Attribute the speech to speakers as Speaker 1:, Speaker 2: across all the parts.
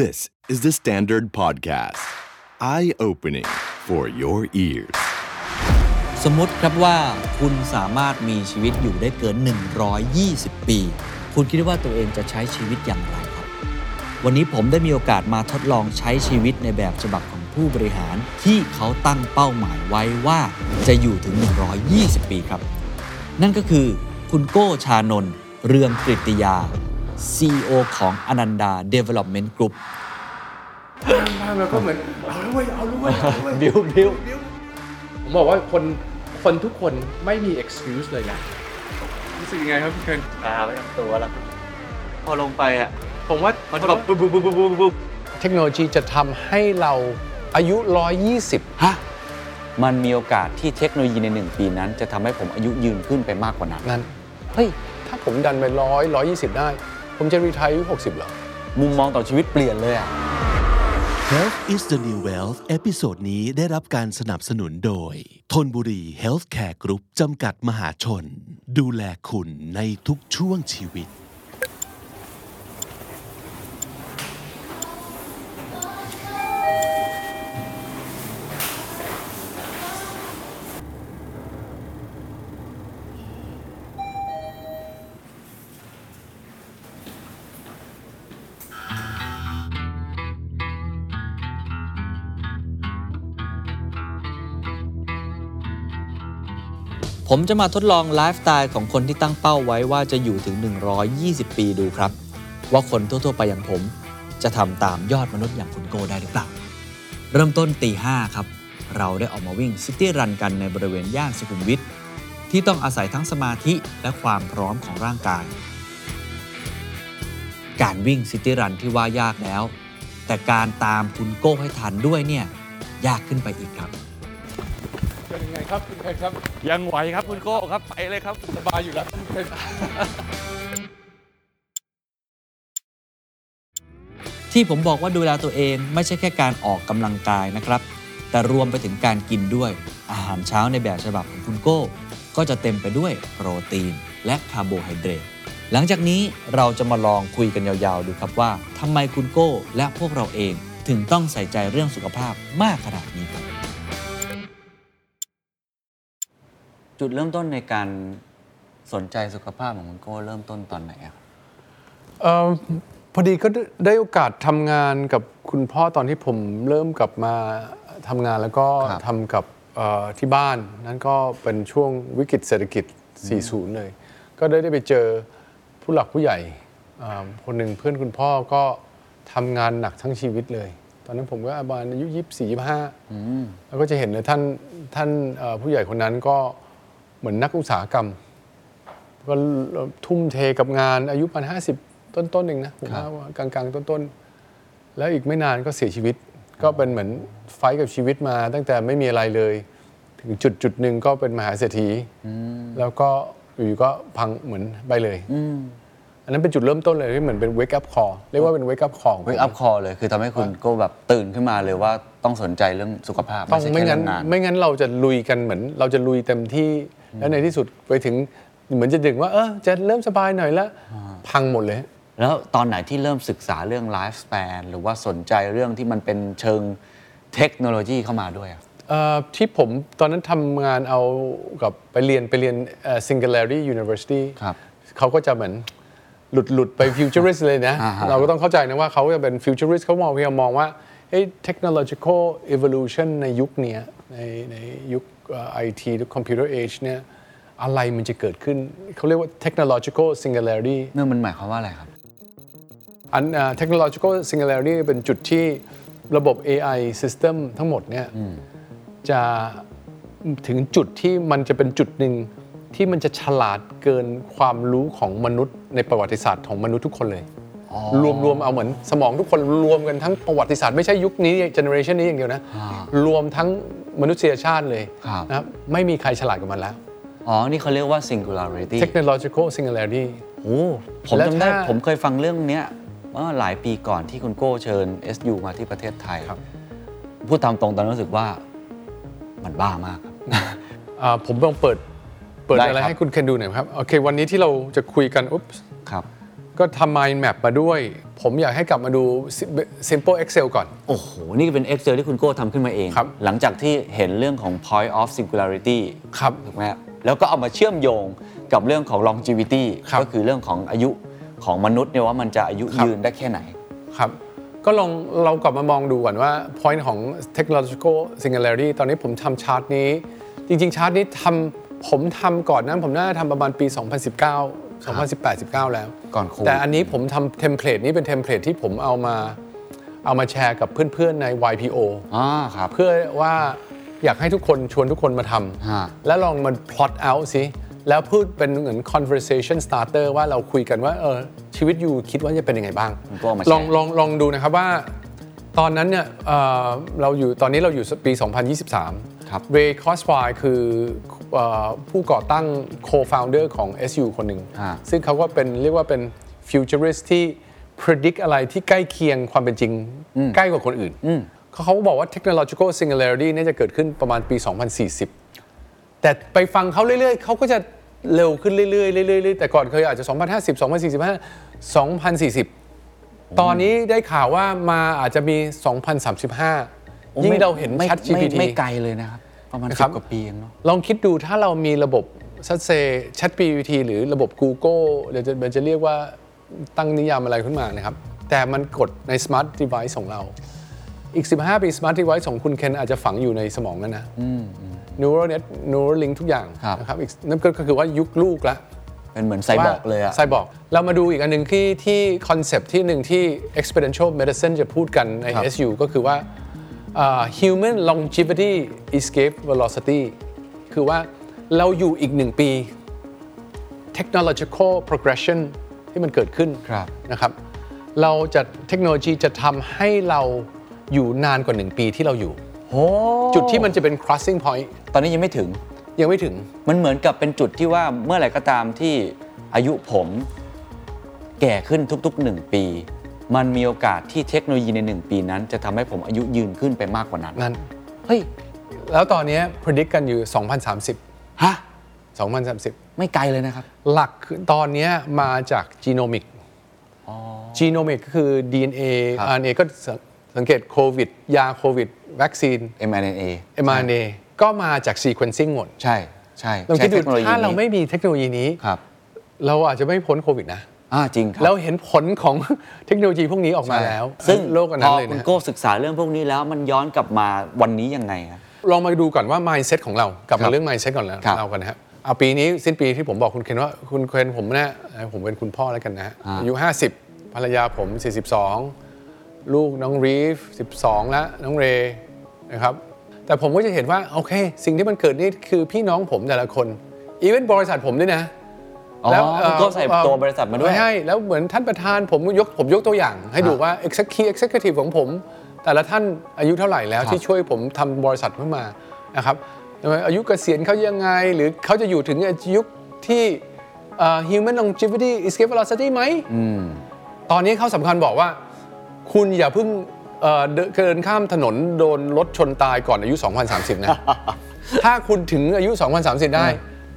Speaker 1: This is the Standard Podcast. Eye opening for your ears.
Speaker 2: สมมติครับว่าคุณสามารถมีชีวิตอยู่ได้เกิน 120 ปี คุณคิดว่าตัวเองจะใช้ชีวิตอย่างไรครับ วันนี้ผมได้มีโอกาสมาทดลองใช้ชีวิตในแบบฉบับของผู้บริหาร ที่เขาตั้งเป้าหมายไว้ว่าจะอยู่ถึง 120 ปีครับ นั่นก็คือคุณโก้ชานนท์เรืองกริตยา CEO ของอนันดา Development Group
Speaker 3: บ้างแล้วก็เหมือนเอาด้วยเอาด้วยเอา ด้วย
Speaker 2: บิวบิว
Speaker 4: ผมบอกว่าคนคนทุกคนไม่มี excuse เลยนะ
Speaker 3: รู้สึกยังไงครับพี่เคน
Speaker 2: ตาไปทำตัวแล้วพอลงไปอ่ะ
Speaker 4: ผมว่า
Speaker 2: มันแบบปุ๊บปุ๊บปุ๊บปุ๊บปุ๊บ
Speaker 4: เทคโนโลยีจะทำให้เราอายุ 120
Speaker 2: ฮะ มันมีโอกาสที่เทคโนโลยีใน 1 ปีนั้น จะทำให้ผมอายุยืนขึ้นไปมากกว่านั้น
Speaker 4: นั้น เฮ้ย ถ้าผมดันไป 100 120 ได้ ผมจะรีทายอายุ 60 เหรอ
Speaker 2: มุมมองต่อชีวิตเปลี่ยนเลยอะ
Speaker 5: Health is the new wealth เอพิโซดนี้ได้รับการสนับสนุนโดยทนบุรี Healthcare Group จำกัดมหาชน ดูแลคุณในทุกช่วงชีวิต
Speaker 2: ผมจะมาทดลองไลฟ์สไตล์ของคนที่ตั้งเป้าไว้ว่าจะอยู่ถึง 120 ปีดูครับ ว่าคนทั่ว ๆ ไปอย่างผม จะทำตามยอดมนุษย์อย่างคุณโกได้หรือเปล่า เริ่มต้นตีห้าครับ เราได้ออกมาวิ่งซิตี้รันกันในบริเวณย่านสุขุมวิทที่ต้องอาศัยทั้งสมาธิและความพร้อมของร่างกาย การวิ่งซิตี้รันที่ว่ายากแล้ว แต่การตามคุณโก้ให้ทันด้วยเนี่ยยากขึ้นไปอีกครับ
Speaker 4: เป็นยังไงครับคุณเคนครับ
Speaker 6: ยังไหวครับคุณโก้ครับ ไปเลยครับ
Speaker 4: สบายอยู่แล้วคุณเคน
Speaker 2: ที่ผมบอกว่าดูแลตัวเองไม่ใช่แค่การออกกำลังกายนะครับ แต่รวมไปถึงการกินด้วย อาหารเช้าในแบบฉบับของคุณโก้ ก็จะเต็มไปด้วยโปรตีนและคาร์โบไฮเดรตหลังจากนี้เราจะมาลองคุยกันยาวๆ ดูครับว่าทำไมคุณโก้และพวกเราเองถึงต้องใส่ใจเรื่องสุขภาพมากขนาดนี้ครับ จุดเริ่มต้นในการสนใจสุขภาพของคุณโก้เริ่มต้นตอนไหนครับ
Speaker 4: เอ่อพอดีก็ได้ได้โอกาสทำงานกับคุณพ่อตอนที่ผมเริ่มกลับมาทำงานแล้วก็
Speaker 2: ครับ
Speaker 4: ทำกับเอ่อที่บ้าน นั่นก็เป็นช่วงวิกฤตเศรษฐกิจ 40 เลย ก็ได้ได้ไปเจอผู้หลักผู้ใหญ่อ่าคนหนึ่งเพื่อนคุณพ่อก็ทำงานหนักทั้งชีวิตเลย ตอนนั้นผมก็ประมาณอายุ 24 25 แล้วก็จะเห็นเลยท่านท่านเอ่อผู้ใหญ่คนนั้นก็เหมือนนักอุตสาหกรรม ก็ทุ่มเทกับงานอายุประมาณห้าสิบต้นๆเองนะผมว่ากลางๆ ต้นๆ แล้วอีกไม่นานก็เสียชีวิต ก็เป็นเหมือนไฟท์กับชีวิตมา ตั้งแต่ไม่มีอะไรเลย ถึงจุดจุดๆหนึ่งก็เป็นมหาเศรษฐีแล้วก็อยู่ๆก็พังเหมือนไปเลย อันนั้นเป็นจุดเริ่มต้นเลยที่เหมือนเป็น wake up call เรียกว่าเป็น wake up call ของผม
Speaker 7: เวกอัพคอเลย คือทำให้คุณโก็แบบตื่นขึ้นมาเลยว่าต้องสนใจเรื่องสุขภาพ
Speaker 4: ต้อง
Speaker 7: ใช่
Speaker 4: ไม่
Speaker 7: แค่
Speaker 4: งั้น
Speaker 7: งาน
Speaker 4: ไม่งั้นเราจะลุยกันเหมือน เราจะลุยเต็มที่แล้วในที่สุดไปถึงเหมือนจะถึงว่าเออจะเริ่มสบายหน่อยละพังหมดเลย
Speaker 7: แล้วตอนไหนที่เริ่มศึกษาเรื่องไลฟ์ส p ป n หรือว่าสนใจเรื่องที่มันเป็นเชิงเทคโนโลยีเข้ามาด้วยอะ
Speaker 4: เอ่อที่ผมตอนนั้นทำงานเอากับไปเรียนไปเรียนเอ่อ Singularity University เขาก็จะเหมือนหลุดหลุดไป Futurist เลยนะ เราก็ต้องเข้าใจนะว่าเขาจะเป็น Futurist เขามองพยายามมองว่าเอ้ย technological evolution ในยุคเนี้ยในในยุคไอทีหรือ computer age เนี่ยอะไรมันจะเกิดขึ้น เขาเรียกว่า technological singularity
Speaker 7: เนื่องมันหมายความว่าอะไรครับ
Speaker 4: อันอ่า technological singularity เป็นจุดที่ระบบ AI system ทั้งหมดเนี่ยจะถึงจุดที่มันจะเป็นจุดหนึ่งที่มันจะฉลาดเกินความรู้ของมนุษย์ในประวัติศาสตร์ของมนุษย์ทุกคนเลย รวมรวมเอาเหมือนสมองทุกคนรวมกันทั้งประวัติศาสตร์ไม่ใช่ยุคนี้เจเนอเรชันนี้อย่างเดียวนะ รวมทั้งมนุษยชาติเลย
Speaker 7: ครับ
Speaker 4: นะครับไม่มีใครฉลาดกว่ามันแล้ว
Speaker 7: อ๋อ นี่เขาเรียกว่า singularity
Speaker 4: technological singularity
Speaker 7: โอ้ผม
Speaker 4: แล้ว
Speaker 7: จำได้
Speaker 4: ถ้า
Speaker 7: ผมเคยฟังเรื่องเนี้ยเมื่อหลายปีก่อนที่คุณโก้เชิญ SU มาที่ประเทศไทยพูดตามตรงตอนนั้นรู้สึกว่ามันบ้ามากครับ
Speaker 4: อ่าผมลองเปิดเปิด
Speaker 7: ได้
Speaker 4: อะไร
Speaker 7: ครับ
Speaker 4: ให้คุณเคนดูหน่อยครับโอเควันนี้ที่เราจะคุยกันอุ๊บ
Speaker 7: ครับ
Speaker 4: ก็ทำ mind map มาด้วย ผ ผมอยากให้กลับมาดู Simple Excel ก่อน
Speaker 7: โอ้โห นี่เป็น Excel ที่คุณโก้ทำขึ้นมาเอง
Speaker 4: ครับ
Speaker 7: หลังจากที่เห็นเรื่องของ point of singularity
Speaker 4: ครับ
Speaker 7: ถูกไหมฮะแล้วก็เอามาเชื่อมโยงกับเรื่องของ longevity
Speaker 4: ครับ
Speaker 7: ก็คือเรื่องของอายุของมนุษย์เนี่ยว่ามันจะอายุ
Speaker 4: ครับ
Speaker 7: ยืนได้แค่ไหน
Speaker 4: ครับ ก็ลองเรากลับมามองดูก่อนว่า point ของ technological singularity ตอนนี้ผมทำชาร์ตนี้ จริง ๆ ชาร์ตนี้ทำผมทำก่อนนั้นผมน่าจะทำประมาณปี 2019 2018 19 แล้ว
Speaker 7: ก่อนโควิด
Speaker 4: แต่อันนี้ผมทำเทมเพลตนี้เป็นเทมเพลตที่ผมเอามาเอามาแชร์กับเพื่อน ๆ ใน YPO
Speaker 7: อ่าครับ
Speaker 4: เพื่อว่าอยากให้ทุกคนชวนทุกคนมาท
Speaker 7: ฮะ
Speaker 4: ำแล้วลองมัน plot out สิ แล้วพูดเป็นเหมือน conversation starter ว่าเราคุยกันว่าเออชีวิตอยู่คิดว่าจะเป็นยังไงบ้าง
Speaker 7: ผมก็เอามาแชร์
Speaker 4: ลองลองลองดูนะครับว่าตอนนั้นเนี่ยเอ่อเราอยู่ตอนนี้เราอยู่ปี 2023
Speaker 7: ครับ
Speaker 4: เรย์คอสวายคือเอ่อผู้ก่อตั้ง co-founder ของ SU คนหนึ่ง
Speaker 7: อ่า
Speaker 4: ซึ่งเขาก็เป็นเรียกว่าเป็น futurist ที่ predict อะไรที่ใกล้เคียงความเป็นจริง ใกล้กว่าคนอื่น เขาเขาบอกว่า technological singularity เนี่ยจะเกิดขึ้นประมาณปี 2040 แต่ไปฟังเขาเรื่อย ๆ เขาก็จะเร็วขึ้นเรื่อยๆเรื่อยๆเรื่อยๆแต่ก่อนเคยอาจจะ 2050 2045 2040 ตอนนี้ได้ข่าวว่ามาอาจจะมี 2035 ยิ่งเราเห็น
Speaker 7: ไม่
Speaker 4: Chat
Speaker 7: ไม่
Speaker 4: GPT
Speaker 7: ไม่ไกลเลยนะครับ ประมาณ
Speaker 4: นะค
Speaker 7: สิ
Speaker 4: รับ
Speaker 7: บกว่าปีเองเนาะ
Speaker 4: ลองคิดดูถ้าเรามีระบบซัดเซ Chat GPT หรือระบบ Google เดี๋ยวจะมันจะเรียกว่าตั้งนิยามอะไรขึ้นมานะครับ แต่มันกดใน Smart Device ของเรา อีก 15 ปี Smart Device ของคุณเคนอาจจะฝังอยู่ในสมองแล้วนะ Neural Net Neural Link ทุกอย่าง
Speaker 7: ครับ
Speaker 4: นะครับอีกนั่นก็คือว่ายุคลูกละ
Speaker 7: เป็นเหมือนไซบอร์กเลยอะ
Speaker 4: ไซบอร์กเรามาดูอีกอันหนึ่งที่ที่คอนเซปที่หนึ่งที่ experiential medicine จะพูดกันใน
Speaker 7: ครับ
Speaker 4: SU ก็คือว่าอ่า human longevity escape velocity คือว่าเราอยู่อีกหนึ่งปี technological progression ที่มันเกิดขึ้น
Speaker 7: ครับ
Speaker 4: นะครับ เราจะเทคโนโลยีจะทำให้เราอยู่นานกว่า 1 ปีที่เราอยู่
Speaker 7: โอ้
Speaker 4: จุดที่มันจะเป็น crossing point
Speaker 7: ตอนนี้ยังไม่ถึง
Speaker 4: ยังไม่ถึง
Speaker 7: มันเหมือนกับเป็นจุดที่ว่าเมื่อไหร่ก็ตามที่อายุผมแก่ขึ้นทุกๆ 1 ปี มันมีโอกาสที่เทคโนโลยีใน 1 ปีนั้น จะทำให้ผมอายุยืนขึ้นไปมากกว่านั้น
Speaker 4: นั้น
Speaker 7: เฮ้ย
Speaker 4: แล้วตอนเนี้ predict กันอยู่ 2030
Speaker 7: ฮะ
Speaker 4: 2030
Speaker 7: ไม่ไกลเลยนะครับ
Speaker 4: หลักคือตอนเนี้ยมาจากจีโนมิกจีโนมิกก็คือ DNA
Speaker 7: ครับ
Speaker 4: RNA ก็สังสังเกตโควิด ยาโควิด วัคซีน
Speaker 7: mRNA
Speaker 4: mRNA ก็มาจาก sequencing หมด
Speaker 7: ใช่ใช่
Speaker 4: ลอง
Speaker 7: ใช้
Speaker 4: คิดดู
Speaker 7: เทโนโลยีนี้
Speaker 4: ถ้าเราไม่มีเทคโนโลยีนี้
Speaker 7: ครับ
Speaker 4: เราอาจจะไม่พ้นโควิดนะ
Speaker 7: อ่าจริงครั
Speaker 4: เราเห็นผลของ เทคโนโลยีพวกนี้ออกมา
Speaker 7: ใช่
Speaker 4: แล้ว
Speaker 7: ซึ่ง
Speaker 4: โลกอัน
Speaker 7: พ
Speaker 4: นั้น
Speaker 7: อ
Speaker 4: เลย
Speaker 7: คุณ
Speaker 4: นะ
Speaker 7: โก้ศึกษาเรื่องพวกนี้แล้วมันย้อนกลับมาวันนี้ยังไงครับ
Speaker 4: ลองมาดูก่อนว่า mindset ของเรากลับ
Speaker 7: ครั
Speaker 4: มา
Speaker 7: บ
Speaker 4: เรื่อง mindset ก่อนแล้ว
Speaker 7: ครับ
Speaker 4: เรากันนะครับเอาปีนี้สิ้นปีที่ผมบอกคุณเคนว่าคุณเคนผมเนี่ยผมเป็นคุณพ่อแล้วกันนะฮะอายุ 50 ภรรยาผม 42 ลูกน้องรีฟ 12 แล้วน้องเรนะครับ แต่ผมก็จะเห็นว่า โอเค สิ่งที่มันเกิดนี่คือพี่น้องผมแต่ละคน อีเวนต์บริษัทผมด้วยนะ
Speaker 7: อ๋อ
Speaker 4: เอ่อ
Speaker 7: คุณโก้ใส่
Speaker 4: เอ่อ
Speaker 7: ตัวบริษัทมาด้วย
Speaker 4: ใช่แล้วเหมือนท่านประธานผมยกผมยกตัวอย่าง ให้ดูว่า Executive Executive ของผม แต่ละท่านอายุเท่าไหร่แล้ว
Speaker 7: ครับ
Speaker 4: ที่ช่วยผมทำบริษัทขึ้นมานะครับอายุเกษียณเขายังไง หรือเขาจะอยู่ถึงอายุที่เอ่อ human longevity escape velocity ไหม ตอนนี้เขาสำคัญบอกว่า คุณอย่าเพิ่งเอ่อเดินเดินข้ามถนนโดนรถชนตายก่อนอายุ 2030 นะ ถ้าคุณถึงอายุ 2030 ได้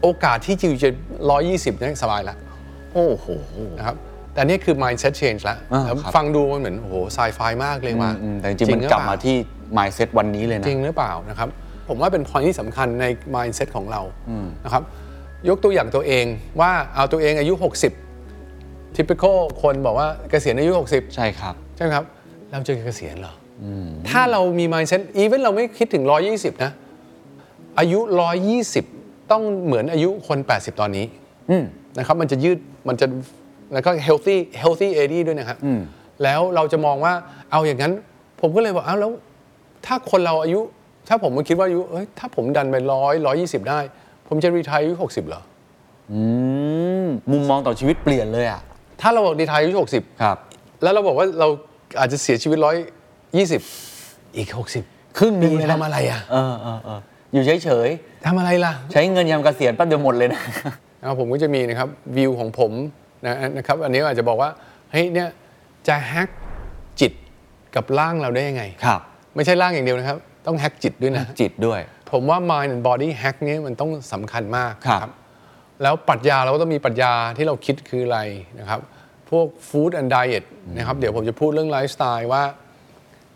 Speaker 4: โอกาสที่จิวจะ 120เนี่ยสบายละ
Speaker 7: โอ้โห
Speaker 4: นะครับ แต่นี่คือ mindset change ละ
Speaker 7: อ่า
Speaker 4: แล้ว
Speaker 7: ครับ
Speaker 4: ฟังดูมันเหมือน โอ้โหไซไฟมากเลยว่ะ
Speaker 7: อืมแต่จริงๆมันกลับมาที่ mindset วันนี้เลยนะ
Speaker 4: จริงหรือเปล่านะครับ ผมว่าเป็น point ที่สำคัญใน mindset ของเรานะครับ ยกตัวอย่างตัวเองว่าเอาตัวเองอายุ 60 typical คนบอกว่าเกษียณอายุ 60
Speaker 7: ใช่ครับ
Speaker 4: ใช่ไหมครับ เราจะเกษียณเหรออถ้าเรามี mindset อีเวนเราไม่คิดถึง 120 นะ อายุ 120 ต้องเหมือนอายุคน 80 ตอนนี้นะครับ มันจะยืด มันจะ แล้วก็ healthy healthy age ด้วยนะครับ แล้วเราจะมองว่า เอาอย่างนั้น ผมก็เลยบอก เอาแล้ว ถ้าคนเราอายุ ถ้าผมมาคิดว่าอายุเอ้ย ถ้าผมดันไปร้อยร้อยี่สิบได้ ผมจะรีทายอายุหกสิบเหรอ
Speaker 7: อืม มุมมองต่อชีวิตเปลี่ยนเลยอ่ะ
Speaker 4: ถ้าเราบอกรีทายอายุหกสิบ
Speaker 7: ครับ
Speaker 4: แล้วเราบอกว่าเราอาจจะเสียชีวิตร้อยยี่สิบอีกหกสิบ
Speaker 7: ครึ่งหนึ่งเลยนะ
Speaker 4: ทำอะไรอ่ะ
Speaker 7: เออเออเอออยู่เฉย
Speaker 4: ทำอะไรล่ะ
Speaker 7: ๆ ใช้เงินยามเกษียณแป๊บเดียวหมดเลยนะ
Speaker 4: นะครับผมก็จะมีนะครับวิวของผมนะนะครับ อันนี้อาจจะบอกว่าเฮ้ยเนี่ยจะแฮกจิตกับร่างเราได้ยังไง
Speaker 7: ครับ
Speaker 4: ไม่ใช่ร่างอย่างเดียวนะครับ ต้องแฮกจิตด้วยนะ
Speaker 7: จิตด้วย
Speaker 4: ผมว่า mind and body hack เนี่ยมันต้องสำคัญมาก
Speaker 7: ครับ
Speaker 4: แล้วปรัชญาเราก็ต้องมีปรัชญาที่เราคิดคืออะไรนะครับ พวกฟู้ดแอนด์ไดเอทนะครับเดี๋ยวผมจะพูดเรื่องไลฟ์สไตล์ว่า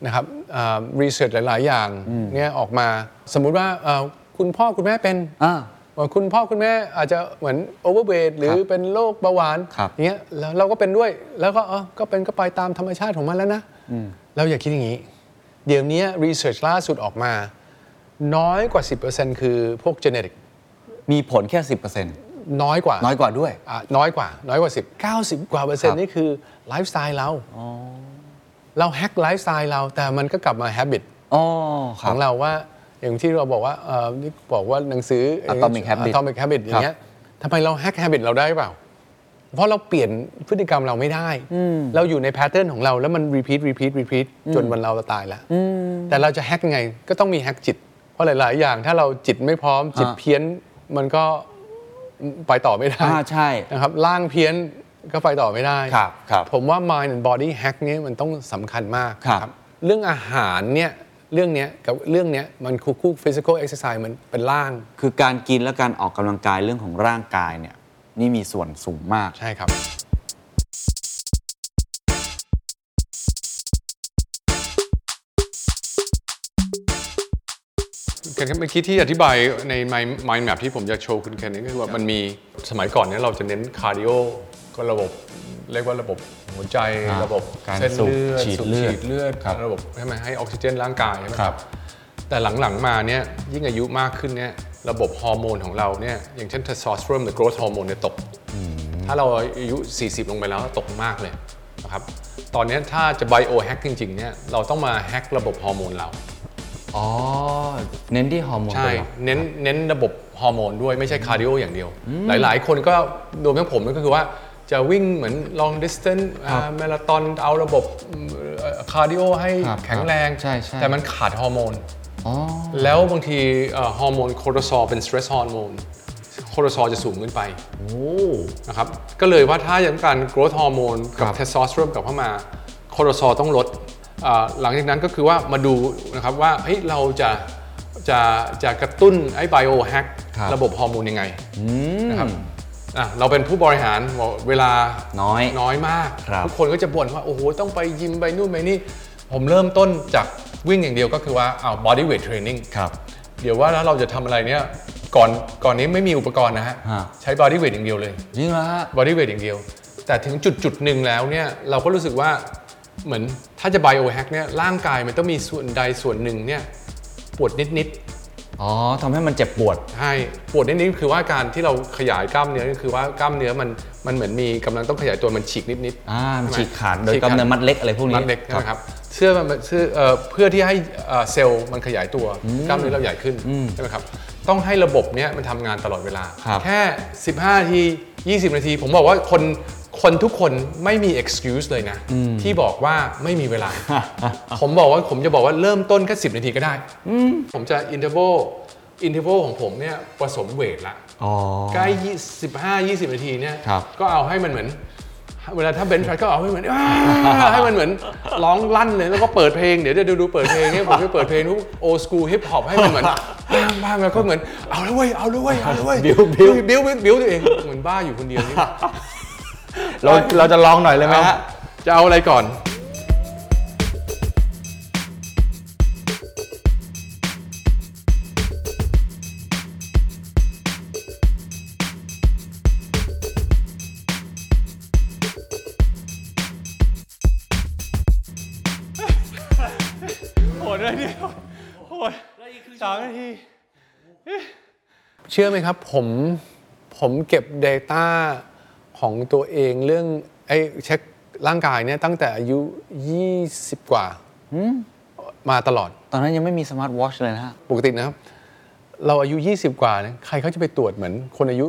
Speaker 4: นะครับรีเสิร์ชหลาย ๆ อย่างเนี่ยออกมาสมมุติว่าเอ่อคุณพ่อคุณแม่เป็น
Speaker 7: อ่า
Speaker 4: เอ่อคุณพ่อคุณแม่อาจจะเหมือนโอเวอร์เ t หรือเป็นโรคเบาหวาน
Speaker 7: ครับ
Speaker 4: อย่างเงี้ยแล้วเราก็เป็นด้วยแล้วก็เออก็เป็นก็ไปตามธรรมชาติของมันแล้วนะเราอย่าคิดอย่างนี้ เดี๋ยวนี้รีเสิร์ชล่าสุดออกมา น้อยกว่า 10%คือพวกเจเนติก
Speaker 7: มีผลแค่ 10%
Speaker 4: น้อยกว่า
Speaker 7: น้อยกว่าด้วย
Speaker 4: อ่ะน้อยกว่า น้อยกว่า 10 90 กว่าเปอร์เซ็น
Speaker 7: ครั
Speaker 4: ต์
Speaker 7: บ
Speaker 4: นี่คือไลฟ์สไตล์เราเราแฮกไลฟ์สไตล์เราแต่มันก็กลับมา h a บิต
Speaker 7: อ๋อค
Speaker 4: ข
Speaker 7: รั
Speaker 4: อบ งเราว่าอย่างที่เราบอกว่าเอ่อนี่บอกว่าหนังสือ
Speaker 7: Atomic Habit
Speaker 4: Atomic Habit อย่างเงี้ยทำไมเราแฮก h a บิตเราได้เปล่า เพราะเราเปลี่ยนพฤติกรรมเราไม่ได้ เราอยู่ในแพทเทิร์นของเราแล้วมันรีพีทรีพีทรีพีทจนวันเราตายแล้วแต่เราจะแฮกไงก็ต้องมีแฮกจิต เพราะหลาย ๆ อย่างถ้าเราจิตไม่พร้อมจิต
Speaker 7: อ่า
Speaker 4: เพี้ยนมันก็ไปต่อไม่ได้
Speaker 7: อ่าใช่
Speaker 4: นะครับร่างเพี้ยนก็ไปต่อไม่ได้
Speaker 7: ครับครับ
Speaker 4: ผมว่า mind and body hack เนี่ยมันต้องสำคัญมาก
Speaker 7: ครับ
Speaker 4: เรื่องอาหารเนี่ยเรื่องเนี้ยกับเรื่องเนี้ยมันคู่คู่ physical exercise มันเป็นร่าง
Speaker 7: คือการกินและการออกกำลังกายเรื่องของร่างกายเนี่ยนี่มีส่วนสูงมาก
Speaker 4: ใช่ครับ เคนครับเมื่อกี้ที่อธิบายใน mind- mind map ที่ผมจะโชว์คุณเคนนี่ก็คือว่ามันมีสมัยก่อนเนี่ยเราจะเน้นคาร์ดิโอก็ระบบเรียกว่าระบบหัวใจ
Speaker 7: ครับ
Speaker 4: ระบบ
Speaker 7: การ
Speaker 4: เส้น
Speaker 7: สูบ
Speaker 4: เลือด
Speaker 7: ฉีด
Speaker 4: สูบ
Speaker 7: เลือด
Speaker 4: ฉีดเลือด
Speaker 7: ครับ
Speaker 4: ระบบใช่ไหมให้ออกซิเจนร่างกายใช่ไหม
Speaker 7: ค
Speaker 4: ค
Speaker 7: รั
Speaker 4: รับ บ แต่หลัง ๆ มาเนี่ยยิ่งอายุมากขึ้นเนี่ยระบบฮอร์โมนของเราเนี่ยอย่างเช่นเทสโทสเตอโรนหรือโกรทฮอร์โมนเนี่ยตก ถ้าเราอายุ 40 ลงไปแล้วตกมากเลยนะครับ ตอนนี้ถ้าจะไบโอแฮกจริง ๆ เนี่ย เราต้องมาแฮกระบบฮอร์โมนเรา
Speaker 7: อ๋อ เน้นที่ฮอร์โมน
Speaker 4: ใช่
Speaker 7: เป็นหลัก
Speaker 4: เน้นเน้นระบบฮอร์โมนด้วยไม่ใช่คาร์ดิโออย่างเดียว หลายๆ คนก็รวมทั้งผมก็คือว่าจะวิ่งเหมือน long distance มาราธอนเอาระบบคาร์ดิโอให้
Speaker 7: ครับ
Speaker 4: แข็งแรง
Speaker 7: ใช่ใช่
Speaker 4: แต่มันขาดฮอร์โมน
Speaker 7: อ๋อ
Speaker 4: แล้วบางทีเอ่อฮอร์โมนโคอร์ติซอลเป็นสเตรสฮอร์โมนโคอร์ติซอลจะสูงขึ้นไปนะครับก็เลยว่าถ้าต้องการโกรทฮอร์โมนกับเทสโทสเตอโรนกลับเข้ามาโคอร์ติซอลต้องลดอ่าหลังจากนั้นก็คือว่ามาดูนะครับว่าเฮ้ยเราจะจะจะกระตุ้นไอ้ไบโอแฮก
Speaker 7: ครับ
Speaker 4: ระบบฮอร์โมนยังไงนะครับอ่ะเราเป็นผู้บริหารบอกเวลา
Speaker 7: น้อย
Speaker 4: น้อยมาก
Speaker 7: ครับ
Speaker 4: ทุกคนก็จะบ่นว่า โอ้โห ต้องไปยิมไปนู่นไปนี่ ผมเริ่มต้นจากวิ่งอย่างเดียวก็คือว่าเอา body weight training
Speaker 7: ครับ
Speaker 4: เดี๋ยวว่าแล้วเราจะทำอะไรเนี่ยก่อนก่อนนี้ไม่มีอุปกรณ์นะฮะ
Speaker 7: ฮะ
Speaker 4: ใช้ body weight อย่างเดียวเลย
Speaker 7: จริงเหรอฮะ
Speaker 4: body weight อย่างเดียว แต่ถึงจุดจุดหนึ่งแล้วเนี่ยเราก็รู้สึกว่าเหมือนถ้าจะ biohack เนี่ยร่างกายมันต้องมีส่วนใดส่วนหนึ่งเนี่ยปวดนิดๆ
Speaker 7: อ๋อทำให้มันเจ็บปวด
Speaker 4: ใช่ปวดนิดนึงคือว่าการที่เราขยายกล้ามเนื้อก็คือว่ากล้ามเนื้อมันมันเหมือนมีกำลังต้องขยายตัวมันฉีกนิดนิด
Speaker 7: อ่ามันฉีกขาดโดยกล้ามเนื้อมัดเล็กอะไรพวกนี้
Speaker 4: มัดเล็กนะครับเชื่อมันเชื่อเอ่อเพื่อที่ให้เอ่อเซลล์มันขยายตัวกล้ามเนื้อเราใหญ่ขึ้นใช่ไหมครับต้องให้ระบบเนี้ยมันทำงานตลอดเวลา
Speaker 7: ครับ
Speaker 4: แค่ 15นาที 20 นาที ผมบอกว่าคนคนทุกคนไม่มี excuse เลยนะ ที่บอกว่าไม่มีเวลา ผมบอกว่าผมจะบอกว่าเริ่มต้นแค่10 นาทีก็ได้ ผมจะ interval interval ของผมเนี่ยผสมเวทละ
Speaker 7: อ๋อ
Speaker 4: ใกล้15 20 นาทีเนี่ย
Speaker 7: ครับ
Speaker 4: ก็เอาให้มันเหมือน เวลาถ้าเบนช์ก็เอาให้เหมือนอาให้มันเหมือนร้องลั่นเลยแล้วก็เปิดเพลงเดี๋ยวดูดูๆเปิดเพลงเนี่ยผมจะเปิดเพลงทุกโอสกูฮิปฮอปให้มันเหมือนบ้างๆแล้วก็เหมือนเอาแล้วเว้ยเอาแล้วเว้ยเอาแล้วเว้ย
Speaker 7: บิ้วบิ้ว
Speaker 4: บิ้วบิ้วบิ้วตัวเองเหมือนบ้าอยู่คนเดียวนี่
Speaker 7: เราเราจะลองหน่อยเลยไหมฮะ
Speaker 4: จะเอาอะไรก่อน เชื่อไหมครับผมผมเก็บ Data ของตัวเองเรื่องไอ้เช็คร่างกายเนี่ยตั้งแต่อายุ 20 กว่ามาตลอด
Speaker 7: ตอนนั้นยังไม่มีสมาร์ทวอชเลยนะฮะ
Speaker 4: ปกตินะครับ เราอายุ 20 กว่าเนี่ยใครเขาจะไปตรวจเหมือนคนอายุ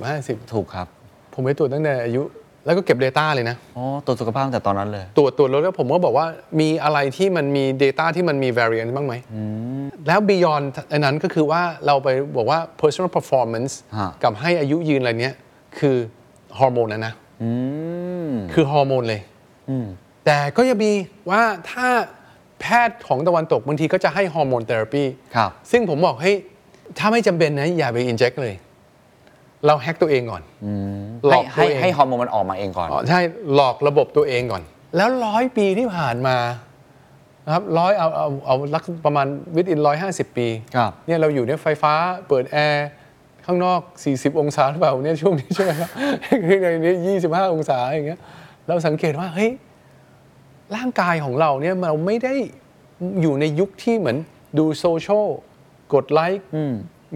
Speaker 4: 40
Speaker 7: ถูกครับ
Speaker 4: 50 ผมไปตรวจตั้งแต่อายุ แล้วก็เก็บ Data เลยนะ
Speaker 7: อ๋อตรวจสุขภาพตั้งแต่ตอนนั้นเลย
Speaker 4: ตรวจตรวจแล้วแล้วผมก็บอกว่ามีอะไรที่มันมี Data ที่มันมี variance บ้างไหม แล้ว beyond อันนั้นก็คือว่าเราไปบอกว่า personal performance
Speaker 7: ฮะ
Speaker 4: กับให้อายุยืนอะไรเนี้ยคือฮอร์โมนนะนะ
Speaker 7: อืม
Speaker 4: คือฮอร์โมนเลย แต่ก็ยังมีว่าถ้าแพทย์ของตะวันตกบางทีก็จะให้ฮอร์โมนเทอราปี
Speaker 7: ครับ
Speaker 4: ซึ่งผมบอกให้ยถ้าไม่จำเป็นนะอย่าไปอินเจ t เลย เราแฮกตัวเองก่อนหลอกตั
Speaker 7: ให้ให้
Speaker 4: วเอง
Speaker 7: ให้ฮอร์โมนมันออกมาเองก่อน
Speaker 4: อ๋อใช่หลอกระบบตัวเองก่อน แล้วร้อยปีที่ผ่านมานะครับร้อยเอาเอาเอาลักประมาณวิดอินร้อยห้าสิบปี
Speaker 7: ครับ
Speaker 4: เนี่ยเราอยู่เนี่ยไฟฟ้าเปิดแอร์ข้างนอก 40 องศาหรือเปล่าเนี่ยช่วงนี้ใช่ไหมครับ ในนี้ ยี่สิบห้าองศาอย่างเงี้ยเราสังเกตว่าเฮ้ย ร่างกายของเราเนี่ยเราไม่ได้อยู่ในยุคที่เหมือนดูโซเชียลกดไลค์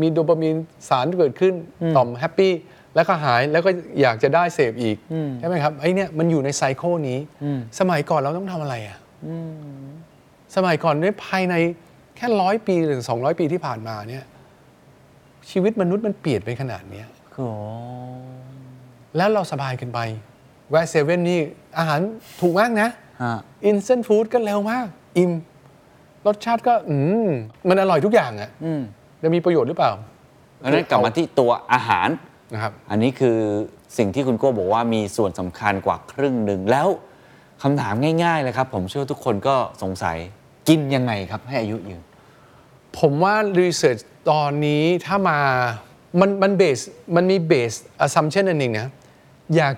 Speaker 4: มีโดปามีนสารเกิดขึ้น ต่อมแฮปปี้แล้วก็หายแล้วก็อยากจะได้เสพอีก ใช่ไหมครับไอ้เนี่ยมันอยู่ในไซโคลนี้ สมัยก่อนเราต้องทำอะไรอะ่ะสมัยก่อนเนี่ยภายในแค่ร้อยปีหรือ 200 ปีที่ผ่านมาเนี่ยชีวิตมนุษย์มันเปลี่ยนไปขนาดเนี้ย
Speaker 7: คือ
Speaker 4: แล้วเราสบายกันไป แวะเซเว่นนี่อาหารถูกมากนะ
Speaker 7: ฮะ
Speaker 4: อินสแตนฟู้ดก็เร็วมาก อิ่ม รสชาติก็อืมมันอร่อยทุกอย่างอะ่ะจะมีประโยชน์หรือเปล่า
Speaker 7: เพราะฉะนั้นกลับมาที่ตัวอาหาร
Speaker 4: นะครับ
Speaker 7: อันนี้คือสิ่งที่คุณโก้บอกว่ามีส่วนสำคัญกว่าครึ่งหนึ่งแล้วคำถามง่ายๆเลยครับ ผมเชื่อว่าทุกคนก็สงสัยกินยังไงครับ ให้อายุยืน
Speaker 4: ผมว่ารีเสิร์ชตอนนี้ถ้ามามันมันเบสมันมีเบสอ s ซัมเชนอันหนึ่งนะ อย่า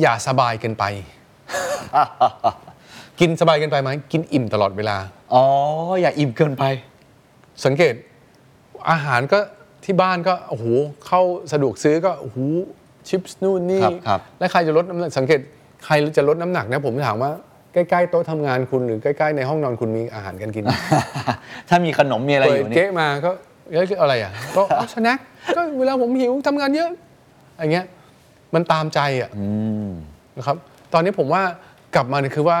Speaker 4: อย่าสบายเกิ นไป กินสบายเกินไปไหมกินอิ่มตลอดเวลา
Speaker 7: อ๋อ อย่าอิ่มเกินไป
Speaker 4: สังเกตอาหารก็ที่บ้านก็โอ้โหเข้าสะดวกซื้อก็โอ้โหชิปส์นู่นนี่
Speaker 7: ครับครับ
Speaker 4: และใครจะลดน้ำหนักสังเกตใครจะลดน้ำหนักนะผมถามว่าใกล้ๆโต๊ะทำงานคุณหรือใกล้ๆในห้องนอนคุณมีอาหารกันกินไหม
Speaker 7: ถ้ามีขนมมีอะไรอ
Speaker 4: เปิด
Speaker 7: ยู่นี่
Speaker 4: เก๊ะมาก็เอ้ยอะไรอ่ะ ก็อ๋อสแน็คก็เวลาผมหิวทำงานเยอะอย่างเงี้ยมันตามใจอ่ะนะครับ ตอนนี้ผมว่ากลับมาเนี่ยคือว่า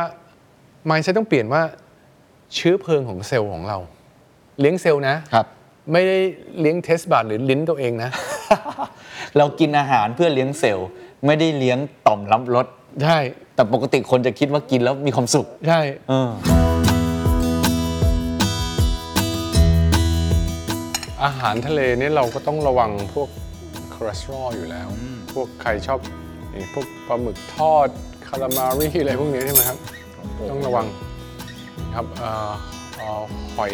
Speaker 4: mindset ต้องเปลี่ยนว่าเชื้อเพลิงของเซลล์ของเรา เลี้ยงเซลล์นะ
Speaker 7: ครับ
Speaker 4: ไม่ได้เลี้ยงเทสบาร์หรือลิ้นตัวเองนะ
Speaker 7: เรากินอาหารเพื่อเลี้ยงเซลล์ ไม่ได้เลี้ยงต่อมล้ำรส
Speaker 4: ใช่
Speaker 7: แต่ปกติคนจะคิดว่ากินแล้วมีความสุข
Speaker 4: ใช่
Speaker 7: เออ
Speaker 4: อาหารทะเลเนี่ยเราก็ต้องระวังพวกคอเลสเตอรอลอยู่แล้ว พวกใครชอบไอ้พวกปลาหมึกทอดคารามารีอะไรพวกนี้ใช่ไหมครับ ต้องระวังครับเอ่อเอ่อหอย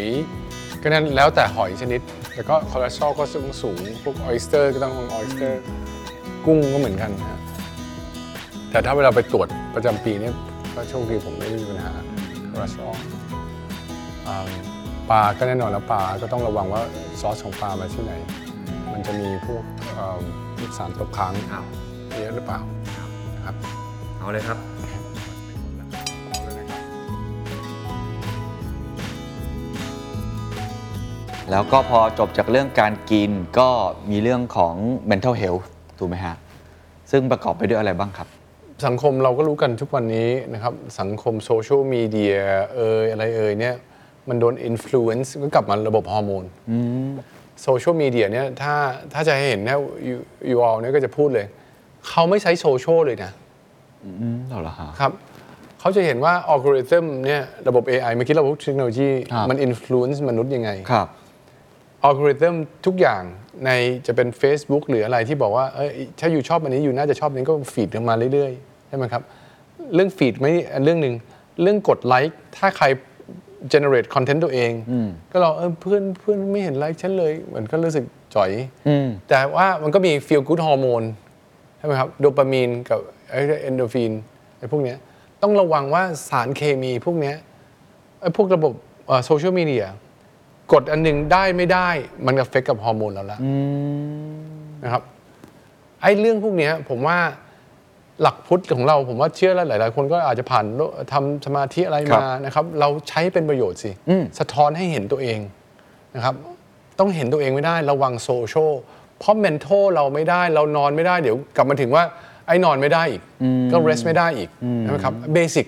Speaker 4: ก็นั้นแล้วแต่หอยชนิด แต่ก็คอเลสเตอรอลก็สูงสูงพวกออยสเตอร์ก็ต้องระวังออยสเตอร์ กุ้งก็เหมือนกันนะฮะแต่ถ้าเวลาไปตรวจประจำปีเนี่ยก็โชคดีผมไม่ได้มีปัญหาคอเลสเตอรอลอ่าปลาก็แน่นอนแล้วปลาก็ต้องระวังว่าซอสของปลามาที่ไหน มันจะมีพวกเอ่อพวกสารตกค้างเยอะหรือเปล่านะครับ
Speaker 6: เอาเลยครับ
Speaker 4: เอาเลยนะครับ
Speaker 7: แล้วก็พอจบจากเรื่องการกินก็มีเรื่องของ mental health ถูกไหมฮะ ซึ่งประกอบไปด้วยอะไรบ้างครับ
Speaker 4: สังคมเราก็รู้กันทุกวันนี้นะครับ สังคมโซเชียลมีเดียเอ่ยอะไรเอ่ยเนี่ยมันโดนอิ f ฟ u ูเอนซ์ก็กลับมาระบบฮอร์โมนโซเชียลมีเดียเนี่ยถ้าถ้าจะให้เห็นเนี่ยยูออลเนี่ยก็จะพูดเลย เขาไม่ใช้โซเชียลเลยนะ
Speaker 7: อืมเราเหรอฮะ
Speaker 4: ครับเขาจะเห็นว่าอัลกอริทึมเนี่ยระบบ AI เมื่อกี้เราพูดเทคโนโลยี
Speaker 7: ครับ
Speaker 4: มันอิ f ฟ u ูเอนซ์มนุษย์ยังไง
Speaker 7: ครับ
Speaker 4: อัลกอริทึมทุกอย่างในจะเป็น Facebook หรืออะไรที่บอกว่าเอยถ้าอยู่ชอบอันนี้อยู่น่าจะชอบอันนี้ก็ฟีดลงมาเรื่อยๆ ใช่ไหมครับ เรื่องฟีดไม่อันเรื่องหนึ่งเรื่องกดไลค์ถ้าใคร generate content ตัวเอง ก็เราเออเพื่อนเพื่อนไม่เห็นไลค์ฉันเลย เหมือนก็รู้สึกจ่อย แต่ว่ามันก็มี feel good hormone ใช่ไหมครับโดปามีนกับเอนโดฟินไอ้พวกเนี้ยต้องระวังว่าสารเคมีพวกเนี้ยไอ้พวกระบบโซเชียลมีเดีย กดอันหนึ่งได้ไม่ได้มันกระเฟกกับฮอร์โมนเราแล้วนะครับไอ้เรื่องพวกเนี้ยผมว่าหลักพุทธของเราผมว่าเชื่อแล้วหลาย ๆ คนก็อาจจะผ่านโลกทำสมาธิอะไรมานะครับ เราใช้เป็นประโยชน์สิ สะท้อนให้เห็นตัวเองนะครับ ต้องเห็นตัวเองไม่ได้ระวังโซเชียลเพราะเมนโทรเราไม่ได้เรานอนไม่ได้เดี๋ยวกลับมาถึงว่าไอ้นอนไม่ได้อีก ก็เรสไม่ได้อีกนะครับเบสิก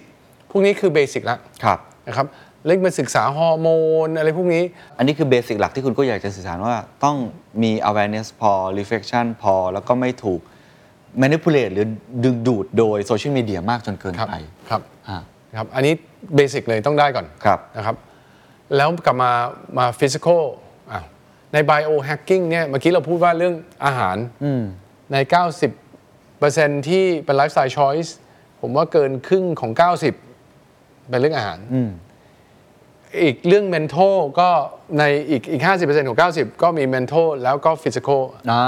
Speaker 4: พวกนี้คือเบสิกแล้ว
Speaker 7: ครับ
Speaker 4: นะครับเล็กมาศึกษาฮอร์โมนอะไรพวกนี้
Speaker 7: อันนี้คือเบสิกหลักที่คุณก็อยากจะสื่อสารว่าต้องมี awareness พอ reflection พอ แล้วก็ไม่ถูก manipulate หรือดึงดูดโดยโซเชียลมีเดียมากจนเกิน
Speaker 4: ครับ
Speaker 7: ไป
Speaker 4: ครับ
Speaker 7: ฮะ
Speaker 4: ครับ อันนี้เบสิกเลยต้องได้ก่อน
Speaker 7: ครับ
Speaker 4: นะครับ แล้วกลับมามาฟิสิกอลในไบโอแฮกกิ้งเนี่ยเมื่อกี้เราพูดว่าเรื่องอาหารใน 90%ที่เป็นไลฟ์สไตล์ช o i ส์ผมว่าเกินครึ่งของ 90 เป็นเรื่องอาหาร อีกเรื่องเมน t a ลก็ในอีกอีก 50%ของ 90 ก็มีเมน t a ลแล้วก็ฟิสิกอล
Speaker 7: อ่า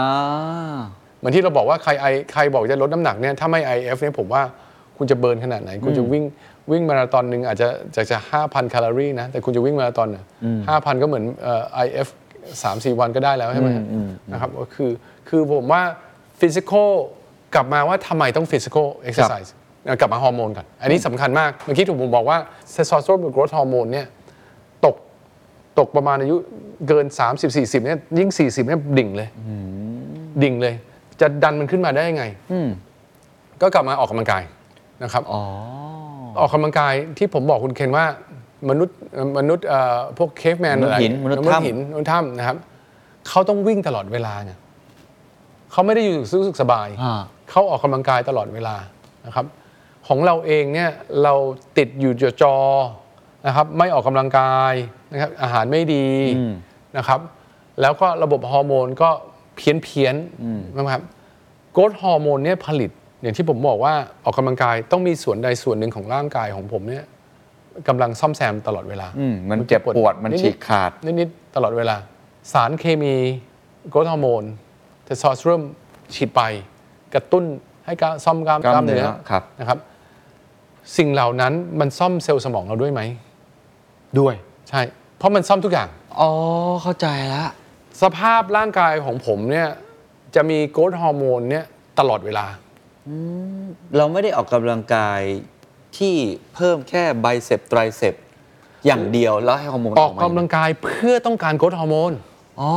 Speaker 4: เหมือนที่เราบอกว่าใครไอใครบอกจะลดน้ำหนักเนี่ยถ้าไม่ IF เนี่ยผมว่าคุณจะเบิร์นขนาดไหน คุณจะวิ่งวิ่งมาราธอนหนึ่งอาจจะจากจะ 5,000 แคลอรี่นะ แต่คุณจะวิ่งมาราธอนเนี่ย5,000 ก็เหมือนเอ่อ IF สามสี่วันก็ได้แล้วใช่ไหมฮะนะครับก็คือคือผมว่าฟิสิก a l กลับมาว่าทำไมต้องฟิสิก a l เอ็กซ์ไซส์กลับมาฮอร์โมนกัน อันนี้สำคัญมากเมื่อกี้ถูกผมบอกว่าเทสโทสเตอโรนกับโกรทฮอร์โมนเนี่ยตก ตกประมาณอายุเกิน 30 40เนี่ยยิ่ง 40เนี่ยดิ่งเลยดิ่งเลย จะดันมันขึ้นมาได้ยังไงก็กลับมาออกกำลังกายนะครับออกกำลังกายที่ผมบอกคุณเคนว่ามนุษย์เอ่อมนุษย์เอ่อพวกเคฟแมน
Speaker 7: มนุษย์
Speaker 4: อะไร
Speaker 7: หินมนุษย์ถ้ำ
Speaker 4: หินมนุษย์ถ้ำนะครับเขาต้องวิ่งตลอดเวลาเนี่ยเขาไม่ได้อยู่รู้สึกสบาย เขาออกกำลังกายตลอดเวลานะครับ ของเราเองเนี่ยเราติดอยู่จอจอนะครับ ไม่ออกกำลังกายนะครับ อาหารไม่ดีนะครับ แล้วก็ระบบฮอร์โมนก็เพี้ยนเพี้ยนๆนะครับโกรทฮอร์โมนเนี่ยผลิตอย่างที่ผมบอกว่าออกกำลังกายต้องมีส่วนใดส่วนหนึ่งของร่างกายของผมเนี่ยกำลังซ่อมแซมตลอดเวลา
Speaker 7: อืมมันเจ็บปวดมันฉีกขาด
Speaker 4: นิด ๆ ตลอดเวลา สารเคมีโกรทฮอร์โมนเทสโทสเตอโรนฉีดไป กระตุ้นให้กล้าซ่อมกล้าม
Speaker 7: กล้ามเนื้อครับ
Speaker 4: นะครับ สิ่งเหล่านั้นมันซ่อมเซลล์สมองเราด้วยไหม
Speaker 3: ด้วย
Speaker 4: ใช่ เพราะมันซ่อมทุกอย่าง
Speaker 7: อ๋อ เข้าใจละ
Speaker 4: สภาพร่างกายของผมเนี่ย จะมีโกรทฮอร์โมนเนี่ยตลอดเวลา
Speaker 7: เราไม่ได้ออกกำลังกายที่เพิ่มแค่ไบเซปไตรเซปอย่างเดียวแล้วให้ฮอร์โมน
Speaker 4: ออก
Speaker 7: ม
Speaker 4: กำลังกายเพื่อต้องการโกรทฮอร์โมน
Speaker 7: อ๋อ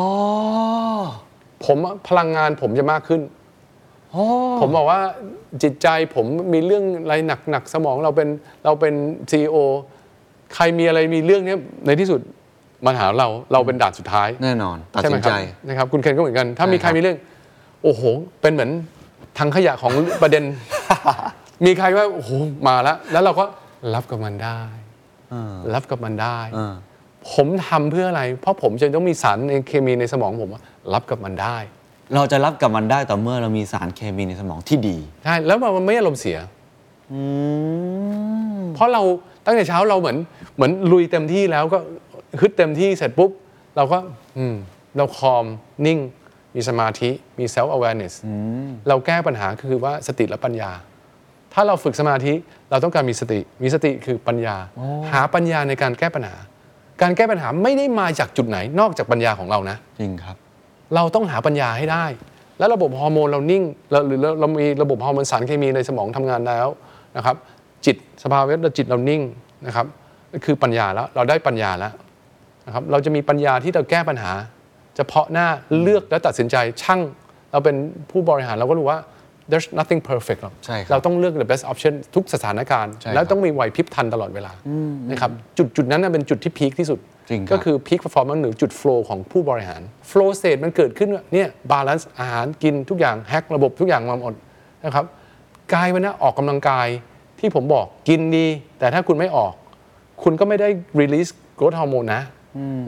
Speaker 4: ผมอะพลังงานผมจะมากขึ้น
Speaker 7: อ๋อ
Speaker 4: ผมบอกว่าจิตใจผมมีเรื่องอะไรหนักๆสมองเราเป็นเราเป็นซีอใครมีอะไรมีเรื่องเนี้ยในที่สุดมันหาเราเราเป็นด่านสุดท้าย
Speaker 7: แน่นอนตัด
Speaker 4: ช่ไหม
Speaker 7: สินใจ
Speaker 4: ครับนะครับคุณเคนก็เหมือนกัน ถ้า
Speaker 7: ใช่
Speaker 4: มีใคร
Speaker 7: ครับ
Speaker 4: มีเรื่อง โอ้โห เป็นเหมือนทางขยะของ ประเด็น มีใครว่าโอ้โหมาแล้ว แล้วเราก็รับกับมันได้
Speaker 7: อ่า
Speaker 4: รับกับมันได้
Speaker 7: อ่า
Speaker 4: ผมทำเพื่ออะไร เพราะผมจะต้องมีสารในเคมีในสมองผมอะรับกับมันได้
Speaker 7: เราจะรับกับมันได้ต่อเมื่อเรามีสารเคมีในสมองที่ดี
Speaker 4: ใช่แล้วมันไม่อารมณ์เสีย เพราะเราตั้งแต่เช้าเราเหมือนเหมือนลุยเต็มที่แล้วก็ฮึดเต็มที่เสร็จปุ๊บ เราก็อืมเราคอมนิ่ง มีสมาธิมี self awareness เราแก้ปัญหาคือว่าสติและปัญญา ถ้าเราฝึกสมาธิเราต้องการมีสติ มีสติคือปัญญา หาปัญญาในการแก้ปัญหา การแก้ปัญหาไม่ได้มาจากจุดไหนนอกจากปัญญาของเรานะ
Speaker 7: จริงครับ
Speaker 4: เราต้องหาปัญญาให้ได้ แล้วระบบฮอร์โมนเรานิ่งเราหรือเราเรามีระบบฮอร์โมนสารเคมีในสมองทำงานแล้วนะครับ จิตสภาวะจิตเรานิ่งนะครับคือปัญญาแล้วเราได้ปัญญาแล้วนะครับ เราจะมีปัญญาที่จะแก้ปัญหา เฉพาะหน้าเลือกและตัดสินใจช่าง เราเป็นผู้บริหารเราก็รู้ว่า there's nothing perfect หรอก
Speaker 7: ใช่ครับ
Speaker 4: เราต้องเลือก the best option ทุกสถานการณ์
Speaker 7: ใช่ครับ
Speaker 4: แล้วต้องมีไหวพริบทันตลอดเวลานะครับจุดจุดนั้นนะเป็นจุดที่พีคที่สุด
Speaker 7: จริงครับ
Speaker 4: ก็คือ คือ peak performance หรือจุด flow ของผู้บริหาร flow state มันเกิดขึ้นว่าเนี่ยบาลานซ์อาหารกินทุกอย่างแฮกระบบทุกอย่างมาหมดนะครับกายมันนะออกกำลังกายที่ผมบอกกินดี แต่ถ้าคุณไม่ออก คุณก็ไม่ได้ release growth hormone นะ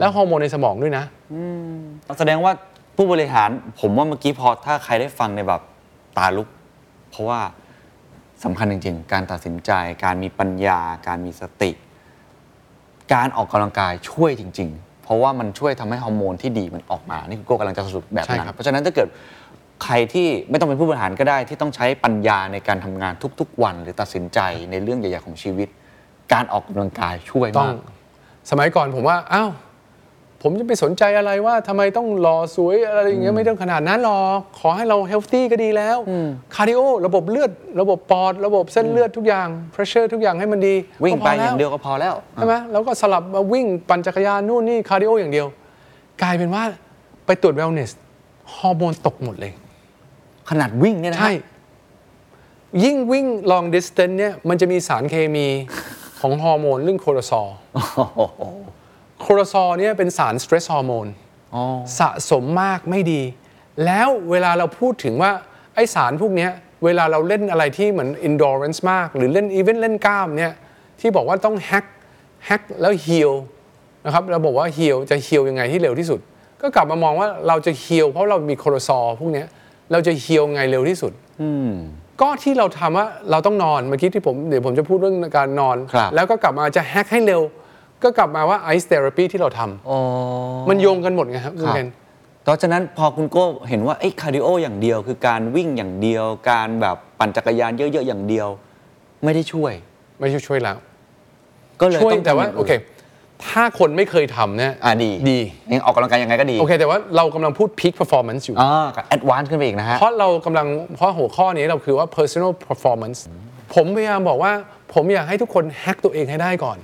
Speaker 4: และฮอร์โมนในสมองด้วยนะ
Speaker 7: แสดงว่าผู้บริหารผมว่าเมื่อกี้พอถ้าใครได้ฟังในยแบบตาลุก เพราะว่าสำคัญจริงๆ การตัดสินใจ การมีปัญญา การมีสติ การออกกำลังกายช่วยจริง ๆ เพราะว่ามันช่วยทำให้ฮอร์โมนที่ดีมันออกมา นี่คุณโก้กำลังจะสรุปแบบ
Speaker 4: ใช่
Speaker 7: นั้น
Speaker 4: ครับ
Speaker 7: เพราะฉะนั้นถ้าเกิดใครที่ไม่ต้องเป็นผู้บริหารก็ได้ที่ต้องใช้ปัญญาในการทำงานทุก ๆ วัน หรือตัดสินใจในเรื่องใหญ่ๆของชีวิต การออกกำลังกายช่วย
Speaker 4: ต้อ
Speaker 7: มาง ก
Speaker 4: สมัยก่อนผมว่าอ้าวผมจะไปสนใจอะไรว่าทำไมต้องรอสวยอะไรอย่างเงี้ยไม่ต้องขนาดนั้นหรอกขอให้เราเฮลตี้ก็ดีแล้วคาร์ดิโอระบบเลือด ระบบปอด ระบบเส้นเลือดทุกอย่างเพรสเชอร์ทุกอย่างให้มันดี
Speaker 7: วิ่ง
Speaker 4: ก็พ
Speaker 7: ไป
Speaker 4: แล้
Speaker 7: อย่างเดียวก็พอแล้ว
Speaker 4: ใช่ไหมแล้วก็สลับมาวิ่งปั่นจักรยานนู่นนี่คาร์ดิโออย่างเดียว กลายเป็นว่าไปตรวจเวลเนสฮอร์โมนตกหมดเลย
Speaker 7: ขนาดวิ่งเนี่ยนะฮะ
Speaker 4: ใช่ ยิ่งวิ่ง long distance เนี่ยมันจะมีสารเคมีของฮอร์โมนเรื่องโคโรซ อลโคโรซอลเนี่ยเป็นสารสเตรสฮอร์โมนสะสมมากไม่ดี แล้วเวลาเราพูดถึงว่า ไอสารพวกเนี้ยเวลาเราเล่นอะไรที่เหมือน endurance มาก หรือเล่นอีเวนต์เล่นกล้ามเนี่ยที่บอกว่าต้องแฮกแฮกแล้วเฮีลนะครับเราบอกว่าเฮีลจะเฮีลยังไงที่เร็วที่สุด ก็กลับมามองว่าเราจะเฮีลเพราะเรามีโคโรซอลพวกเนี้ยเราจะเฮีลไงเร็วที่สุด ก็ที่เราทำว่าเราต้องนอนเมื่อกี้ที่ผมเดี๋ยวผมจะพูดเรื่องการนอน
Speaker 7: ครับ
Speaker 4: แล้วก็กลับมาจะแฮกให้เร็ว ก็กลับมาว่าไอซ์เทอราปีที่เราทำมันโยงกันหมดไงครับคุณเคน
Speaker 7: เพราะฉะนั้นพอคุณโก้เห็นว่าไอ้คาร์ดิโออย่างเดียว คือการวิ่งอย่างเดียว การแบบปั่นจักรยานเยอะๆอย่างเดียว ไม่ได้ช่วย
Speaker 4: ไม่ช่วยช่วยแล้ว
Speaker 7: ก็เลย
Speaker 4: ช่วย
Speaker 7: ต้อง
Speaker 4: แต่ว่า
Speaker 7: ทำย่งน
Speaker 4: โอเค ถ้าคนไม่เคยทำเนี่ย
Speaker 7: อ่ะดี
Speaker 4: ดี
Speaker 7: ยังออกกำลังกายยังไงก็ดี
Speaker 4: โอเค แต่ว่าเรากำลังพูด peak performance อยู่
Speaker 7: อ่าแอดวานซ์ขึ้นไปอีกนะฮะ
Speaker 4: เพราะเรากำลังเพราะหัวข้อนี้เราคือว่า personal performance ผมพยายามบอกว่าผมอยากให้ทุกคนแฮกตัวเองให้ได้ก่อน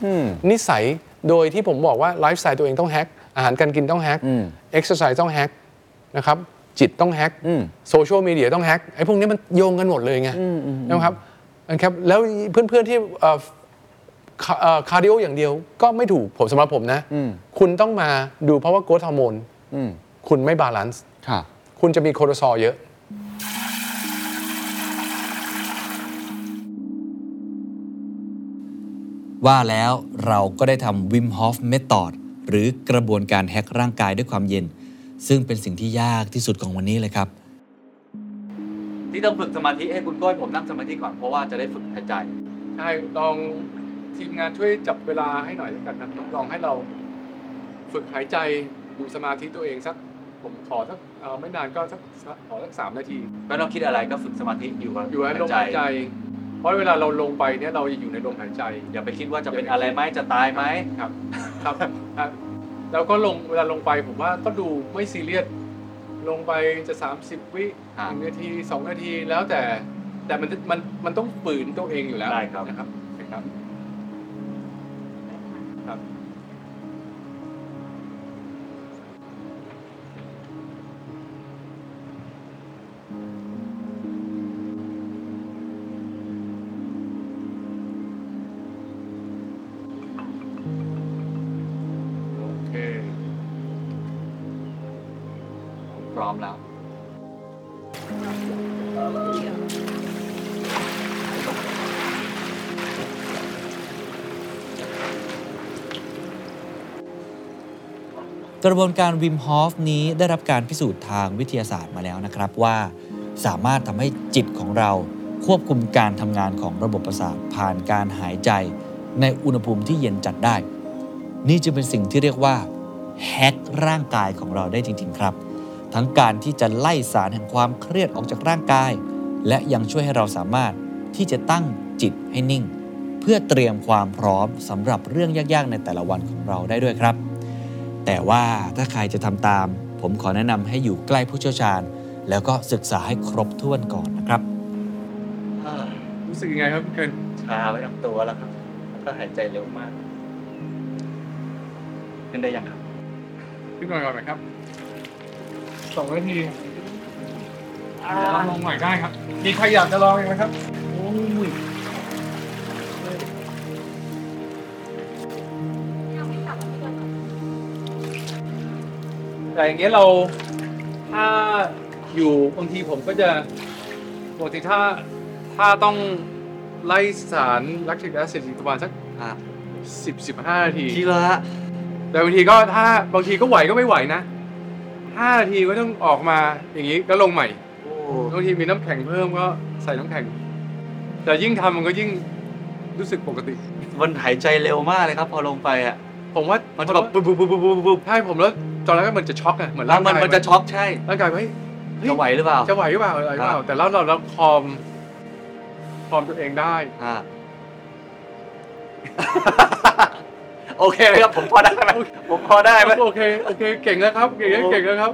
Speaker 4: นิสัยโดยที่ผมบอกว่า ไลฟ์สไตล์ตัวเองต้องแฮกอาหารการกินต้องแฮก
Speaker 7: อืม
Speaker 4: เอ็กซ์ไซส์ต้องแฮกนะครับจิตต้องแฮก
Speaker 7: อืม
Speaker 4: โซเชียลมีเดียต้องแฮกไอ้พวกนี้มันโยงกันหมดเลยไงนะครับนะครับแล้วเพื่อนๆที่เอ่อ คาเอ่อคาร์ดิโออย่างเดียวก็ไม่ถูกผมสำหรับผมนะ คุณต้องมาดูเพราะว่าโกรทฮอร์โมน
Speaker 7: อืม
Speaker 4: คุณไม่บาลานซ์
Speaker 7: ค่ะ
Speaker 4: คุณจะมีโคอร์ติซอลเยอะ
Speaker 2: ว่าแล้วเราก็ได้ทำวิมฮอฟเมธอดหรือกระบวนการแฮกร่างกายด้วยความเย็น ซึ่งเป็นสิ่งที่ยากที่สุดของวันนี้เลยครับ
Speaker 7: ที่ต้องฝึกสมาธิให้คุณก้อยผมนั่งสมาธิก่อนเพราะว่าจะได้ฝึกหายใจ
Speaker 4: ใช่ ลองทีมงานช่วยจับเวลาให้หน่อยแล้วกันนะลองให้เราฝึกหายใจดูสมาธิตัวเองสัก ผมขอสักเอ่อไม่นานก็สักสักขอสักสามนาที
Speaker 7: ไม่ต้องคิดอะไรก็ฝึกสมาธิอยู่กับ
Speaker 4: อยู่ในลมหายใจ เพราะเวลาเราลงไปเนี่ยเราจะอยู่ในลมหายใจ
Speaker 7: อย่าไปคิดว่าจะเป็นอะไรไหมจะตายไหม
Speaker 4: ครับครับ ครับแล้วก็ลงเวลาลงไปผมว่าก็ดูไม่ซีเรียสลงไปจะ 30 วิ
Speaker 7: ครั
Speaker 4: ห
Speaker 7: บ
Speaker 4: นึ่งนาทีสองนาทีแล้วแต่แต่มันมันมันต้องฝืนตัวเองอยู่แล้ว
Speaker 7: ได้ครับ
Speaker 4: นะครับครับ ครับ โอเค
Speaker 7: พร้อมแล้ว
Speaker 2: กระบวนการวิมฮอฟนี้ได้รับการพิสูจน์ทางวิทยาศาสตร์มาแล้วนะครับว่า สามารถทำให้จิตของเราควบคุมการทำงานของระบบประสาทผ่านการหายใจ ในอุณหภูมิที่เย็นจัดได้ นี่จะเป็นสิ่งที่เรียกว่าแฮกร่างกายของเราได้จริง ๆ ครับ ทั้งการที่จะไล่สารแห่งความเครียดออกจากร่างกาย และยังช่วยให้เราสามารถที่จะตั้งจิตให้นิ่ง เพื่อเตรียมความพร้อมสำหรับเรื่องยากๆในแต่ละวันของเราได้ด้วยครับ แต่ว่าถ้าใครจะทำตาม ผมขอแนะนำให้อยู่ใกล้ผู้เชี่ยวชาญ แล้วก็ศึกษาให้ครบถ้วนก่อนนะครับ
Speaker 4: รู้สึกยังไงครับเกิน
Speaker 7: ชาไว้ทั้งตัวแล้วครับแล้วก็หายใจเร็วมาก ขึ้นได้ยังครับ
Speaker 4: ขึ้นก่อนก่อนไหมครับสองนาทีลองลงใหม่ได้ครับ มีใครอยากจะลองอีกไหมครับ แต่อย่างเงี้ยเราถ้าอยู่บางทีผมก็จะปกติถ้าถ้าต้องไล่สารลักทิกแอซิดประมาณสัก
Speaker 7: ครับ
Speaker 4: สิบสิบห้านาที
Speaker 7: ทีละ
Speaker 4: แต่บางทีก็ถ้าบางทีก็ไหวก็ไม่ไหวนะห้านาทีก็ต้องออกมาอย่างนี้ก็ลงใหม่
Speaker 7: โอ้
Speaker 4: บางทีมีน้ำแข็งเพิ่มก็ใส่น้ำแข็ง แต่ยิ่งทำมันก็ยิ่งรู้สึกปกติ
Speaker 7: มันหายใจเร็วมากเลยครับ พอลงไปอ่ะ
Speaker 4: ผมว่า
Speaker 7: มั
Speaker 4: มัน
Speaker 7: จะแบบปุ๊บปุ๊บปุ๊บปุ๊บปุ๊บปุ๊บ
Speaker 4: ใช่ผมแล้วตอนแรกก็มันจะช็อกอะเหมือน
Speaker 7: แล้ว
Speaker 4: ร่าง
Speaker 7: มั
Speaker 4: กาน ย
Speaker 7: มันจะช็อกใช่
Speaker 4: ร่างกายเฮ้ย
Speaker 7: จะไหวหรือเปล่า
Speaker 4: จะไหวหรือเปล่าอะไรหรือเปล่า
Speaker 7: ครับ
Speaker 4: แต่แล้วเราเราคอมคอมตัวเองได้
Speaker 7: อ่ า โอเคไหมครับ ผมพอได้ไหมผมพอได้ไหม
Speaker 4: โอเค โอเค เก่งแล้วครับ เก่งแล้ว
Speaker 7: โอ้
Speaker 4: เก่งแล้วครับ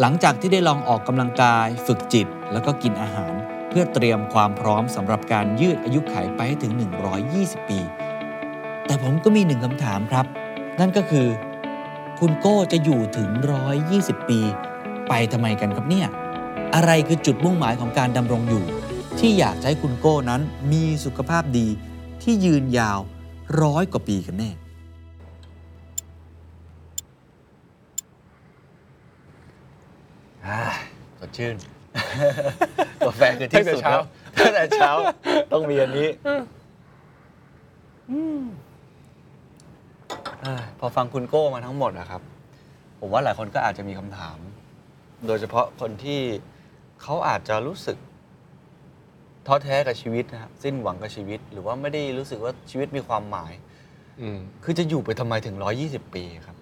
Speaker 2: หลังจากที่ได้ลองออกกำลังกาย ฝึกจิต แล้วก็กินอาหาร เพื่อเตรียมความพร้อมสำหรับการยืดอายุไขไปให้ถึง 120 ปี แต่ผมก็มีหนึ่งคำถามครับ นั่นก็คือ คุณโก้จะอยู่ถึง 120 ปี ไปทำไมกันครับเนี่ย อะไรคือจุดมุ่งหมายของการดำรงอยู่ ที่อยากจะให้คุณโก้นั้นมีสุขภาพดีที่ยืนยาวร้อยกว่าปีกันแน่
Speaker 7: อ่าสด ชื่น กาแฟคือที่
Speaker 4: ตั้ง
Speaker 7: สุด
Speaker 4: แต่เช้า
Speaker 7: ครับตั้งแต่เช้า ต้องมีอันนี้อ่าพอฟังคุณโก้มาทั้งหมดนะครับ ผมว่าหลายคนก็อาจจะมีคำถาม โดยเฉพาะคนที่เขาอาจจะรู้สึกท้อแท้กับชีวิตนะครับสิ้นหวังกับชีวิต หรือว่าไม่ได้รู้สึกว่าชีวิตมีความหมาย
Speaker 8: อืม
Speaker 7: คือจะอยู่ไปทำไมถึง 120 ปีครับ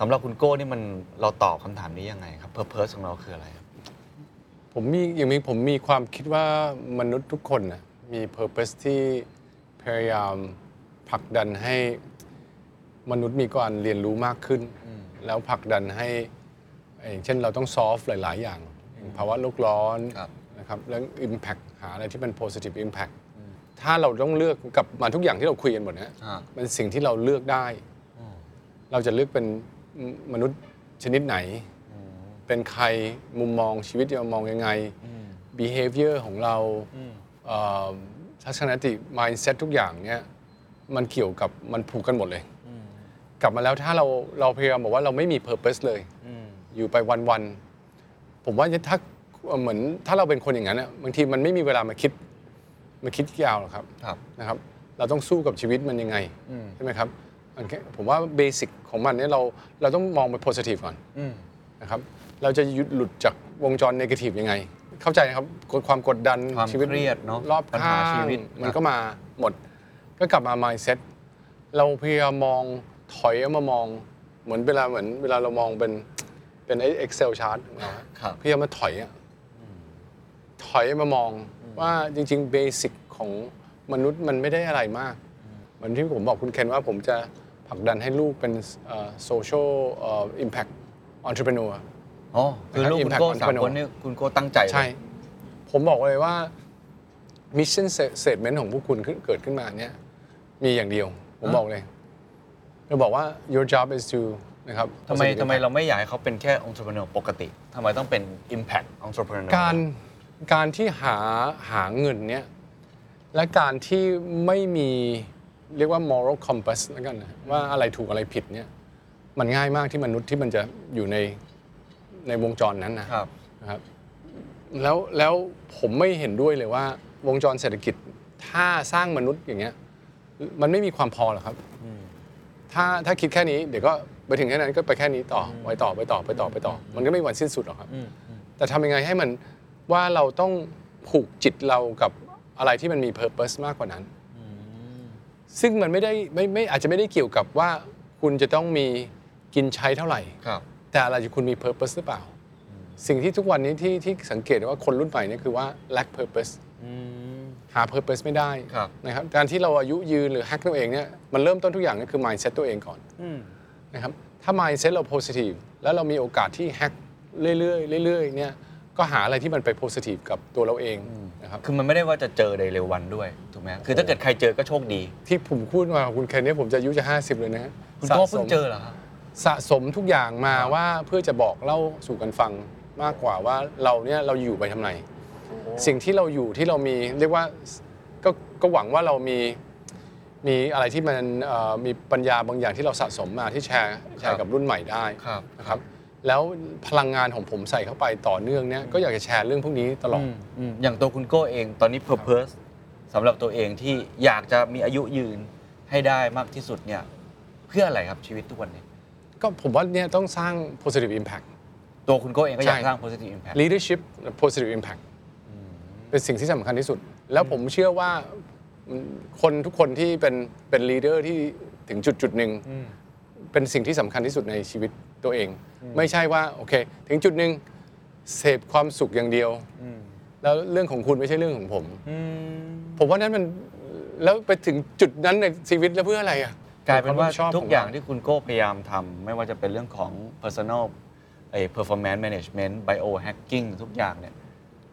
Speaker 7: สำหรับคุณโก้นี่มันเราตอบคำถามนี้ยังไงครับเพอร์เพสของเราคืออะไรครับ
Speaker 8: ผมมีอย่างนี้ผมมีความคิดว่ามนุษย์ทุกคนนะมีเพอร์เพสที่พยายามผลักดันให้มนุษย์มีการเรียนรู้มากขึ้น แล้วผลักดันให้อย่างเช่นเราต้องซอฟหลาย ๆ อย่างอย่างภาวะโลกร้อน
Speaker 7: ครับ
Speaker 8: นะครับแล้ว Impact หาอะไรที่เป็น Positive Impact ถ้าเราต้องเลือกกลับมาทุกอย่างที่เราคุยกันหมดนะ
Speaker 7: อ่า
Speaker 8: มันสิ่งที่เราเลือกได้ เราจะเลือกเป็นมนุษย์ชนิดไหน เป็นใครมุมมองชีวิตเรามองยังไง behavior ของเราเอ่อทัศนคติ mindset ทุกอย่างเนี่ยมันเกี่ยวกับมันผูกกันหมดเลย กลับมาแล้วถ้าเราเราพยายามบอกว่าเราไม่มี purpose เลย อยู่ไปวันๆผมว่าถ้าเหมือนถ้าเราเป็นคนอย่างนั้นอะบางทีมันไม่มีเวลามาคิดมาคิดยาวหรอกครับ
Speaker 7: ครับ
Speaker 8: นะครับเราต้องสู้กับชีวิตมันยังไงใช่ไหมครับอันแค่ผมว่าเบสิกของมันเนี่ยเราเราต้องมองไปโพสิทีฟก่อนนะครับเราจะหยุดหลุดจากวงจรนกาทีฟยังไง เข้าใจนะครับกดความกดดัน
Speaker 7: ความ
Speaker 8: ชีวิต
Speaker 7: เครียดเนอะ
Speaker 8: รอบ
Speaker 7: ปัญ
Speaker 8: ข้า
Speaker 7: หาง ชีวิต
Speaker 8: มันก็มาหมด ก็กลับมา mindset เราพยายามมองถอยมามองเหมือนเวลาเหมือนเวลาเรามองเป็นเป็นไอ้ Excel chart ของเราอะ
Speaker 7: ครับ
Speaker 8: พยายามมาถอยอะ ถอยมามองว่าจริงๆเบสิกของมนุษย์มันไม่ได้อะไรมาก เหมือนที่ผมบอกคุณเคนว่าผมจะผลักดันให้ลูกเป็นโซเชียลอิมแพคออนทร e เ e อร์
Speaker 7: อ๋อคือลูกคุณโก้สามค
Speaker 8: Impact
Speaker 7: น
Speaker 8: Entrepreneur
Speaker 7: นี่คุณโก้ตั้งใจเลย
Speaker 8: ใช่ ผมบอกเลยว่ามิชชั่นเซตเมนต์ของพวกคุณขึ้นเกิดขึ้นมาเนี่ยมีอย่างเดียว ผมบอกเลยเราบอกว่า your job is to นะครับ
Speaker 7: ทำไมทำไมเราไม่อยากให้เขาเป็นแค่องค์ประกอบปกติทำไมต้องเป็น Impact องค์ประกอบ
Speaker 8: การการที่หาหาเงินเนี่ย และการที่ไม่มีเรียกว่า moral compass แล้วกันนะว่าอะไรถูกอะไรผิดเนี่ยมันง่ายมากที่มนุษย์ที่มันจะอยู่ในในวงจรนั้นนะ
Speaker 7: ครับ
Speaker 8: นะครับแล้วแล้วผมไม่เห็นด้วยเลยว่า วงจรเศรษฐกิจถ้าสร้างมนุษย์อย่างเงี้ยมันไม่มีความพอหรอกครับถ้าถ้าคิดแค่นี้เดี๋ยวก็ไปถึงแค่นั้นก็ไปแค่นี้ต่อไปต่อไปต่อไปต่อไปต่อ มันก็ไม่มีวันสิ้นสุดหรอกครับ แต่ทำยังไงให้มันว่าเราต้องผูกจิตเรากับอะไรที่มันมีเพอร์เพสมากกว่านั้น ซึ่งมันไม่ได้ไม่ไม่อาจจะไม่ได้เกี่ยวกับว่าคุณจะต้องมีกินใช้เท่าไหร่
Speaker 7: ครับ
Speaker 8: แต่อะไรที่คุณมี purpose หรือเปล่า สิ่งที่ทุกวันนี้ที่ที่สังเกตได้ว่าคนรุ่นใหม่เนี่ยคือว่า lack purpose หา purpose ไม่ได้
Speaker 7: ครับ
Speaker 8: นะครับการที่เราอายุยืนหรือ hack ตัวเองเนี่ยมันเริ่มต้นทุกอย่างเนี่ยคือ mindset ตัวเองก่อนนะครับถ้า mindset เรา positive แล้วเรามีโอกาสที่ hack เรื่อยๆเรื่อยๆเนี่ยก็หาอะไรที่มันไป positive กับตัวเราเองนะครับ
Speaker 7: คือมันไม่ได้ว่าจะเจอในเร็ววันด้วยถูกไหมคือถ้าเกิดใครเจอก็โชคดี
Speaker 8: ที่ผมพูดมากับคุณเคนเนี่ยผมจะอายุจะ 50 เลยนะฮะ
Speaker 7: คุณโก้
Speaker 8: สะสม
Speaker 7: เพิ่งเจอเหรอครับ
Speaker 8: สะสมทุกอย่างมาว่าเพื่อจะบอกเล่าสู่กันฟังมากกว่าว่าเราเนี่ยเราอยู่ไปทำไมสิ่งที่เราอยู่ที่เรามีเรียกว่าก็ก็หวังว่าเรามีมีอะไรที่มันเอ่อมีปัญญาบางอย่างที่เราสะสมมาที่แชร์แชร์กับรุ่นใหม่ได้
Speaker 7: ครับ
Speaker 8: นะครับแล้วพลังงานของผมใส่เข้าไปต่อเนื่องเนี่ยก็อยากจะแชร์เรื่องพวกนี้ตลอด
Speaker 7: อืมอย่างตัวคุณโก้เองตอนนี้ purpose สำหรับตัวเองที่อยากจะมีอายุยืนให้ได้มากที่สุดเนี่ย เพื่ออะไรครับชีวิตทุกวันนี้
Speaker 8: ก็ผมว่าเนี่ยต้องสร้าง positive impact
Speaker 7: ตัวคุณโก้เองก็อยาก
Speaker 8: ใช่
Speaker 7: สร้าง positive impact
Speaker 8: leadership และ positive impact เป็นสิ่งที่สำคัญที่สุด แล้วผมเชื่อว่าอืมคนทุกคนที่เป็นเป็น leader ที่ถึงจุดจุดหนึ่งเป็นสิ่งที่สำคัญที่สุดในชีวิตตัวเอง ไม่ใช่ว่าโอเค ถึงจุดหนึ่งเสพความสุขอย่างเดียวแล้วเรื่องของคุณไม่ใช่เรื่องของผม ผมว่านั้นมันแล้วไปถึงจุดนั้นในชีวิตแล้วเพื่ออะไรอ่ะ
Speaker 7: กลายเป็นว่า
Speaker 8: คมรับผิดชบ
Speaker 7: ทุกอย่าง
Speaker 8: ข
Speaker 7: ที่คุณโก้พยายามทำไม่ว่าจะเป็นเรื่องของ personal เอ่อ performance management bio hacking ทุกอย่างเนี่ย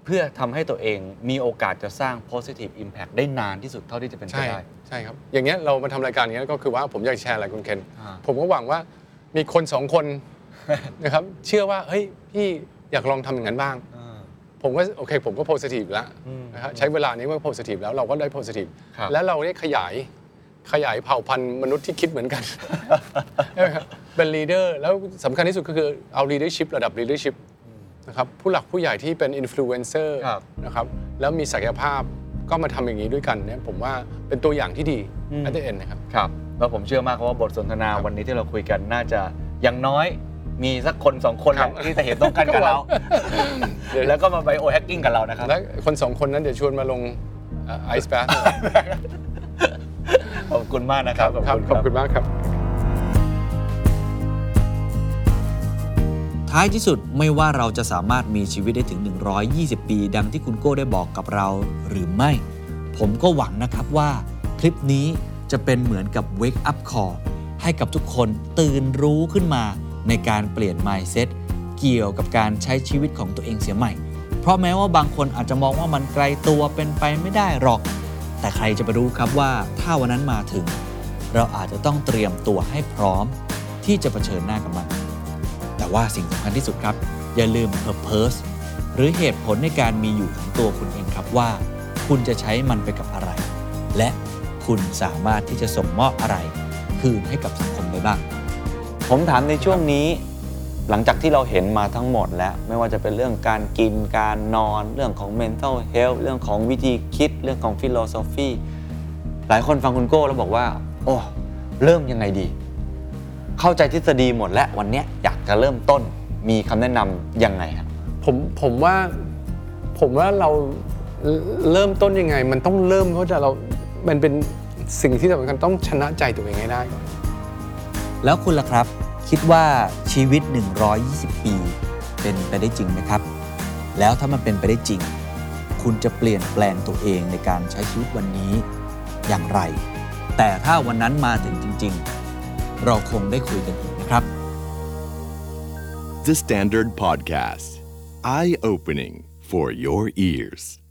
Speaker 7: เพื่อทำให้ตัวเองมีโอกาสจะสร้าง positive impact ได้นานที่สุดเท่าที่จะเป็นไป
Speaker 8: ใช่
Speaker 7: ได้
Speaker 8: ใช่ครับ อย่างเงี้ยเรามาทำรายการอย่างเงี้ยก็คือว่าผมอยากแชร์อะไรคุณเคน
Speaker 7: อ่า
Speaker 8: ผมก็หวังว่ามีคนสองคน นะครับเชื่อว่าเฮ้ยพี่อยากลองทำอย่างนั้นบ้าง ผมก็โอเคผมก็โพสิทีฟแล้วนะครับใช้เวลานี้ว่าโพสิทีฟแล้วเราก็ได้โพสิทีฟ
Speaker 7: ครับ
Speaker 8: แล้วเราได้ขยายขยายเผ่าพันธุ์มนุษย์ที่คิดเหมือนกัน ใช่ไหมครับเป็นลีดเดอร์แล้วสำคัญที่สุดก็คือเอาลีดเดอร์ชิประดับลีดเดอร์ชิพนะครับผู้หลักผู้ใหญ่ที่เป็นอินฟลูเอนเซอร์
Speaker 7: ครับ
Speaker 8: นะครับแล้วมีศักยภาพก็มาทำอย่างนี้ด้วยกันเนี่ยผมว่าเป็นตัวอย่างที่ดี
Speaker 7: อืม
Speaker 8: อันเดเอ็นนะครับ
Speaker 7: ครับแล้วผมเชื่อมากว่าบทสนทนาวันนี้ที่เราคุยกันน่าจะอย่างน้อยมีสักคนสองคนแหละที่จะเห็นตรงกันกับเรา
Speaker 8: เดี๋ยว
Speaker 7: แล้วก็มาไบโอแฮกกิ้งกับเรานะครับ
Speaker 8: และคนสองคนนั้นเดี๋ยวชวนมาลงไอซ์แบท
Speaker 7: ขอบ
Speaker 2: คุณมากนะครับ
Speaker 8: ครับขอบคุณมากครับ
Speaker 2: ท้ายที่สุดไม่ว่าเราจะสามารถมีชีวิตได้ถึง 120 ปี ดังที่คุณโก้ได้บอกกับเราหรือไม่ ผมก็หวังนะครับว่า คลิปนี้จะเป็นเหมือนกับ Wake Up Call ให้กับทุกคนตื่นรู้ขึ้นมาในการเปลี่ยน Mindset เกี่ยวกับการใช้ชีวิตของตัวเองเสียใหม่ เพราะแม้ว่าบางคนอาจจะมองว่ามันไกลตัวเป็นไปไม่ได้หรอก แต่ใครจะไปรู้ครับว่าถ้าวันนั้นมาถึง เราอาจจะต้องเตรียมตัวให้พร้อมที่จะเผชิญหน้ากับมัน แต่ว่าสิ่งสำคัญที่สุดครับ อย่าลืม purpose หรือเหตุผลในการมีอยู่ของตัวคุณเองครับว่า คุณจะใช้มันไปกับอะไร และคุณสามารถที่จะส่งมอบอะไร คืนให้กับสังคมได้บ้าง
Speaker 7: ผมถามในช่วงนี้ หลังจากที่เราเห็นมาทั้งหมดแล้ว ไม่ว่าจะเป็นเรื่องการกินการนอน เรื่องของ mental health เรื่องของวิธีคิด เรื่องของ philosophy หลายคนฟังคุณโก้แล้วบอกว่า โอ้เริ่มยังไงดี เข้าใจทฤษฎีหมดแล้ววันเนี้ยอยากจะเริ่มต้นมีคำแนะนำยังไงครับ
Speaker 8: ผมผมว่าผมว่าเราเอ่อเริ่มต้นยังไง มันต้องเริ่มเพราะจะเรา มันเป็นสิ่งที่สำคัญต้องชนะใจตัวเองให้ได้ก่อน
Speaker 2: แล้วคุณล่ะครับ คิดว่าชีวิต 120 ปี เป็นไปได้จริงไหมครับ แล้วถ้ามันเป็นไปได้จริง คุณจะเปลี่ยนแปลงตัวเองในการใช้ชีวิตวันนี้อย่างไร แต่ถ้าวันนั้นมาถึงจริง ๆ เราคงได้คุยกันอีกนะครับ
Speaker 5: The Standard Podcast. Eye opening for your ears.